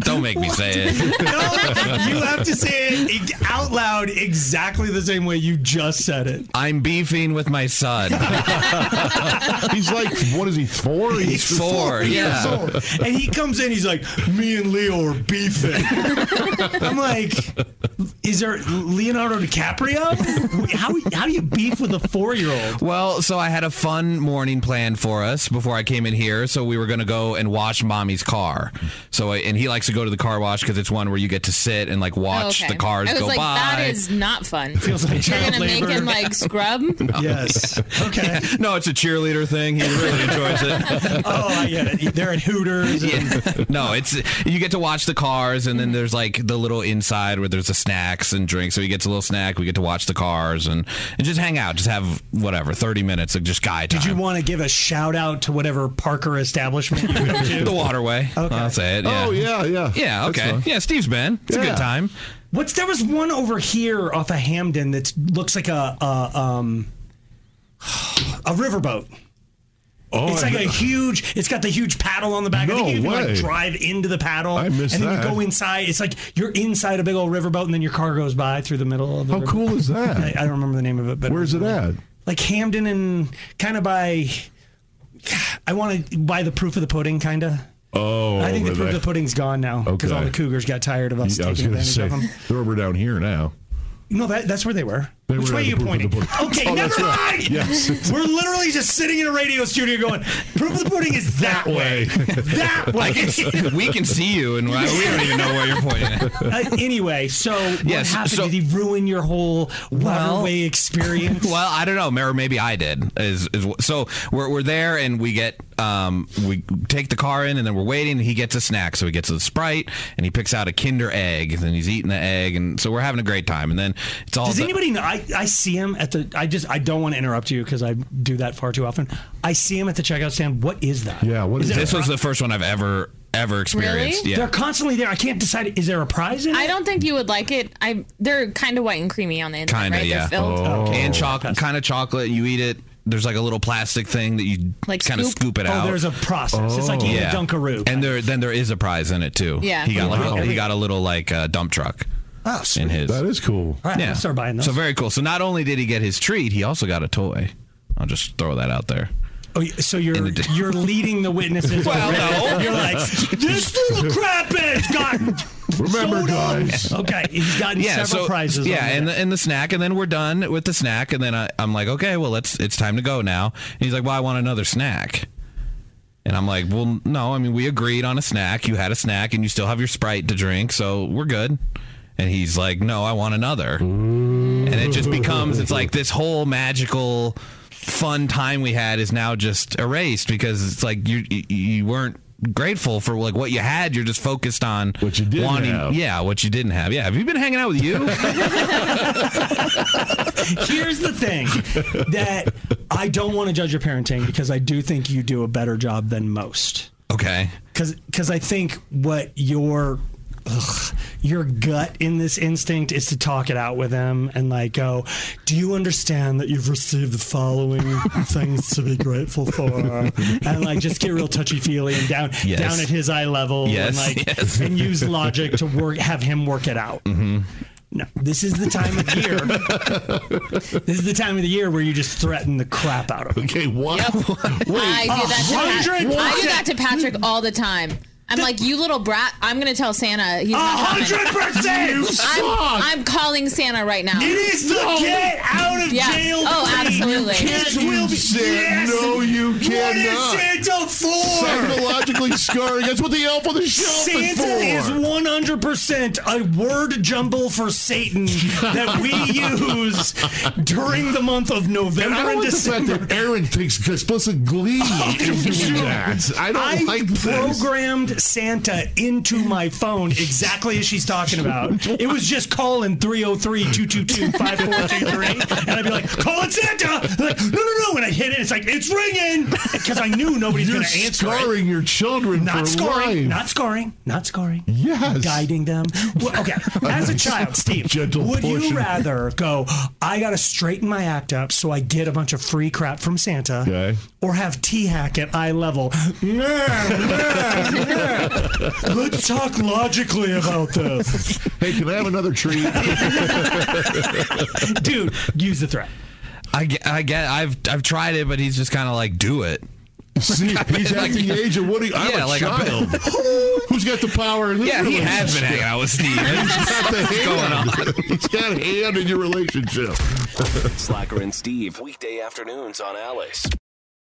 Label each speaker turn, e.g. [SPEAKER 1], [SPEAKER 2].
[SPEAKER 1] Don't make me say it.
[SPEAKER 2] you have to say it e- out loud exactly the same way you just said it.
[SPEAKER 1] I'm beefing with my son.
[SPEAKER 3] He's like, what is he, four?
[SPEAKER 1] He's four,
[SPEAKER 2] Yes.
[SPEAKER 1] yeah.
[SPEAKER 2] And he comes in, he's like, "Me and Leo are beefing." I'm like, "Is there Leonardo DiCaprio? How how do you beef with a four year old?"
[SPEAKER 1] Well, so I had a fun morning planned for us before I came in here. So we were going to go and wash mommy's car. So, and he likes to go to the car wash because it's one where you get to sit and like watch the cars
[SPEAKER 4] I was
[SPEAKER 1] go
[SPEAKER 4] like,
[SPEAKER 1] by.
[SPEAKER 4] That is not fun.
[SPEAKER 2] Feels like
[SPEAKER 4] You're
[SPEAKER 2] child
[SPEAKER 4] gonna make
[SPEAKER 2] labor.
[SPEAKER 4] him like scrub.
[SPEAKER 2] Yes. Okay.
[SPEAKER 1] no, it's a cheerleader thing. He really enjoys it.
[SPEAKER 2] Oh, I get it. They're at Hooters. And,
[SPEAKER 1] Yeah. No, it's you get to watch the cars, and then there's like the little inside where there's the snacks and drinks. So he gets a little snack. We get to watch the cars and and just hang out, just have whatever thirty minutes of just guy time.
[SPEAKER 2] Did you want to give a shout out to whatever Parker establishment you go to?
[SPEAKER 1] the waterway? I'll say it.
[SPEAKER 3] Oh, yeah, yeah.
[SPEAKER 1] Yeah,
[SPEAKER 3] That's
[SPEAKER 1] okay.
[SPEAKER 3] fine.
[SPEAKER 1] Yeah, Steve's been. It's a
[SPEAKER 3] Yeah.
[SPEAKER 1] good time.
[SPEAKER 2] What's there was one over here off of Hamden that looks like a, a um a riverboat.
[SPEAKER 3] Oh,
[SPEAKER 2] It's
[SPEAKER 3] I-
[SPEAKER 2] like a huge. It's got the huge paddle on the back. I
[SPEAKER 3] No
[SPEAKER 2] think you can
[SPEAKER 3] way.
[SPEAKER 2] like drive into the paddle,
[SPEAKER 3] I
[SPEAKER 2] and
[SPEAKER 3] missed
[SPEAKER 2] then
[SPEAKER 3] that.
[SPEAKER 2] you go inside. It's like you're inside a big old riverboat, and then your car goes by through the middle of the.
[SPEAKER 3] How
[SPEAKER 2] river.
[SPEAKER 3] cool is
[SPEAKER 2] I, I
[SPEAKER 3] that?
[SPEAKER 2] don't remember the name of it, but um,
[SPEAKER 3] Where's it at?
[SPEAKER 2] Like Hamden and kind of by. I want to buy the proof of the pudding, kind of.
[SPEAKER 3] Oh,
[SPEAKER 2] I think the
[SPEAKER 3] over
[SPEAKER 2] proof of the
[SPEAKER 3] there.
[SPEAKER 2] pudding's gone now because
[SPEAKER 3] Okay.
[SPEAKER 2] all the Cougars got tired of us
[SPEAKER 3] I was
[SPEAKER 2] taking
[SPEAKER 3] going to
[SPEAKER 2] advantage
[SPEAKER 3] say,
[SPEAKER 2] of them.
[SPEAKER 3] they're over down here now.
[SPEAKER 2] No, that, that's where they were.
[SPEAKER 3] They
[SPEAKER 2] Which
[SPEAKER 3] were
[SPEAKER 2] way
[SPEAKER 3] at
[SPEAKER 2] are you
[SPEAKER 3] the proof
[SPEAKER 2] pointing?
[SPEAKER 3] of the pudding.
[SPEAKER 2] Okay,
[SPEAKER 3] Oh,
[SPEAKER 2] never
[SPEAKER 3] that's right.
[SPEAKER 2] mind.
[SPEAKER 3] Yes.
[SPEAKER 2] We're literally just sitting in a radio studio going, proof of the pudding is that way. that way.
[SPEAKER 1] we can see you, and uh, we don't even know where you're pointing. At.
[SPEAKER 2] Uh, anyway, so what
[SPEAKER 1] Yes,
[SPEAKER 2] happened?
[SPEAKER 1] so-
[SPEAKER 2] Did he ruin your whole
[SPEAKER 1] Well-
[SPEAKER 2] waterway experience?
[SPEAKER 1] Well, I don't know, Mara. Maybe I did. Is, is so we're, we're there, and we get um we take the car in, and then we're waiting. And he gets a snack, so he gets a sprite, and he picks out a Kinder egg, and then he's eating the egg, and so we're having a great time. And then it's all
[SPEAKER 2] Does
[SPEAKER 1] the-
[SPEAKER 2] anybody know? I, I see him at the. I just I don't want to interrupt you because I do that far too often. I see him at the checkout stand. What is that?
[SPEAKER 3] Yeah, what is
[SPEAKER 1] This
[SPEAKER 3] that?
[SPEAKER 1] was the first one I've ever ever experienced.
[SPEAKER 4] Really?
[SPEAKER 1] Yeah.
[SPEAKER 2] They're constantly there. I can't decide. Is there a prize in it?
[SPEAKER 4] I don't think you would like it. I they're kind of white and creamy on the inside,
[SPEAKER 1] Kinda,
[SPEAKER 4] right?
[SPEAKER 1] yeah. Oh.
[SPEAKER 4] They're filled.
[SPEAKER 3] Oh.
[SPEAKER 1] and chocolate, kind of chocolate. You eat it. There's like a little plastic thing that you
[SPEAKER 4] Like
[SPEAKER 1] kind of
[SPEAKER 4] scoop?
[SPEAKER 1] scoop it
[SPEAKER 2] Oh,
[SPEAKER 1] out.
[SPEAKER 2] there's a process. It's like eating
[SPEAKER 1] Yeah.
[SPEAKER 2] a Dunkaroo.
[SPEAKER 1] And there, then there is a prize in it too.
[SPEAKER 4] Yeah.
[SPEAKER 1] he got like
[SPEAKER 2] Wow.
[SPEAKER 1] a, he got a little like uh, dump truck
[SPEAKER 2] oh, sweet.
[SPEAKER 1] in his.
[SPEAKER 3] That is cool.
[SPEAKER 2] All right, I'm gonna start buying those.
[SPEAKER 1] So very cool. So not only did he get his treat, he also got a toy. I'll just throw that out there.
[SPEAKER 2] Oh, so you're
[SPEAKER 1] In the-
[SPEAKER 2] you're leading the witnesses.
[SPEAKER 1] Well,
[SPEAKER 2] already.
[SPEAKER 1] no.
[SPEAKER 2] you're like this little craphead's gotten.
[SPEAKER 3] Remember, guys.
[SPEAKER 2] Okay, he's gotten
[SPEAKER 1] Yeah,
[SPEAKER 2] several
[SPEAKER 1] so
[SPEAKER 2] prizes.
[SPEAKER 1] yeah,
[SPEAKER 2] on
[SPEAKER 1] and
[SPEAKER 2] there.
[SPEAKER 1] the, and the snack, and then we're done with the snack, and then I, I'm like, okay, well, let's it's time to go now. And he's like, well, I want another snack, and I'm like, well, no, I mean, we agreed on a snack. You had a snack, and you still have your sprite to drink, so we're good. And he's like, no, I want another, and it just becomes it's like this whole magical fun time we had is now just erased because it's like you you, you weren't grateful for like what you had you're just focused on
[SPEAKER 3] What you didn't
[SPEAKER 1] wanting
[SPEAKER 3] have.
[SPEAKER 1] yeah what you didn't have yeah have you been hanging out with you
[SPEAKER 2] here's the thing that I don't want to judge your parenting because I do think you do a better job than most.
[SPEAKER 1] Okay.
[SPEAKER 2] Because I think what your ugh, your gut in this instinct is to talk it out with him and like go, do you understand that you've received the following things to be grateful for? And like just get real touchy feely and down
[SPEAKER 1] Yes.
[SPEAKER 2] down at his eye level
[SPEAKER 1] Yes, Mm-hmm.
[SPEAKER 2] and like
[SPEAKER 1] yes.
[SPEAKER 2] and use logic to work have him work it out. No, this is the time of year. this is the time of the year where you just threaten the crap out of them.
[SPEAKER 3] Okay, what?
[SPEAKER 4] I do
[SPEAKER 3] Wait,
[SPEAKER 4] that to Pat- I do
[SPEAKER 3] 100%.
[SPEAKER 4] that to Patrick all the time. I'm like, you little brat! I'm gonna tell Santa he's not coming.
[SPEAKER 2] hundred percent.
[SPEAKER 4] I'm,
[SPEAKER 3] Fuck.
[SPEAKER 4] I'm calling Santa right now.
[SPEAKER 2] It is the get out of
[SPEAKER 4] Yeah.
[SPEAKER 2] jail.
[SPEAKER 4] Oh,
[SPEAKER 2] free.
[SPEAKER 4] absolutely.
[SPEAKER 2] Kids
[SPEAKER 3] You
[SPEAKER 2] will be.
[SPEAKER 3] said
[SPEAKER 2] Yes.
[SPEAKER 3] no, you
[SPEAKER 2] What
[SPEAKER 3] cannot.
[SPEAKER 2] is Santa for?
[SPEAKER 3] psychologically scarring. That's what the elf on the shelf is
[SPEAKER 2] Santa
[SPEAKER 3] for.
[SPEAKER 2] is 100% a word jumble for Satan that we use during the month of
[SPEAKER 3] and
[SPEAKER 2] November
[SPEAKER 3] I
[SPEAKER 2] and,
[SPEAKER 3] don't like
[SPEAKER 2] December.
[SPEAKER 3] the fact that Aaron takes explicit glee in doing that. I don't
[SPEAKER 2] Oh, I
[SPEAKER 3] like this.
[SPEAKER 2] programmed Santa into my phone exactly as she's talking about. It was just calling 303-222-5423. And I'd be like, call it Santa. They're like, no, no, no. And I hit it. It's like, it's ringing. Because I knew nobody's
[SPEAKER 3] You're
[SPEAKER 2] going to answer it.
[SPEAKER 3] scarring your children for
[SPEAKER 2] Not scoring.
[SPEAKER 3] life.
[SPEAKER 2] Not scoring. Not scoring.
[SPEAKER 3] Yes.
[SPEAKER 2] Guiding them. Well, okay. As a child, Steve,
[SPEAKER 3] Gentle
[SPEAKER 2] would
[SPEAKER 3] pushing.
[SPEAKER 2] you rather go, I got to straighten my act up so I get a bunch of free crap from Santa?
[SPEAKER 3] Okay.
[SPEAKER 2] Or have T Hack at eye level. Yeah, yeah, yeah. Let's talk logically about this.
[SPEAKER 3] hey, can I have another treat?
[SPEAKER 2] Dude, use the threat.
[SPEAKER 1] I get, I get, I've, I've tried it, but he's just kind of like, do it.
[SPEAKER 3] See, he's at the age of Woody. I'm
[SPEAKER 1] Yeah,
[SPEAKER 3] a
[SPEAKER 1] like a-
[SPEAKER 3] child. Who's got the power? In this
[SPEAKER 1] Yeah, he has been
[SPEAKER 3] relationship?
[SPEAKER 1] hanging out with Steve.
[SPEAKER 3] He's got the hand. He's got hand in your relationship.
[SPEAKER 5] Slacker and Steve, weekday afternoons on Alice.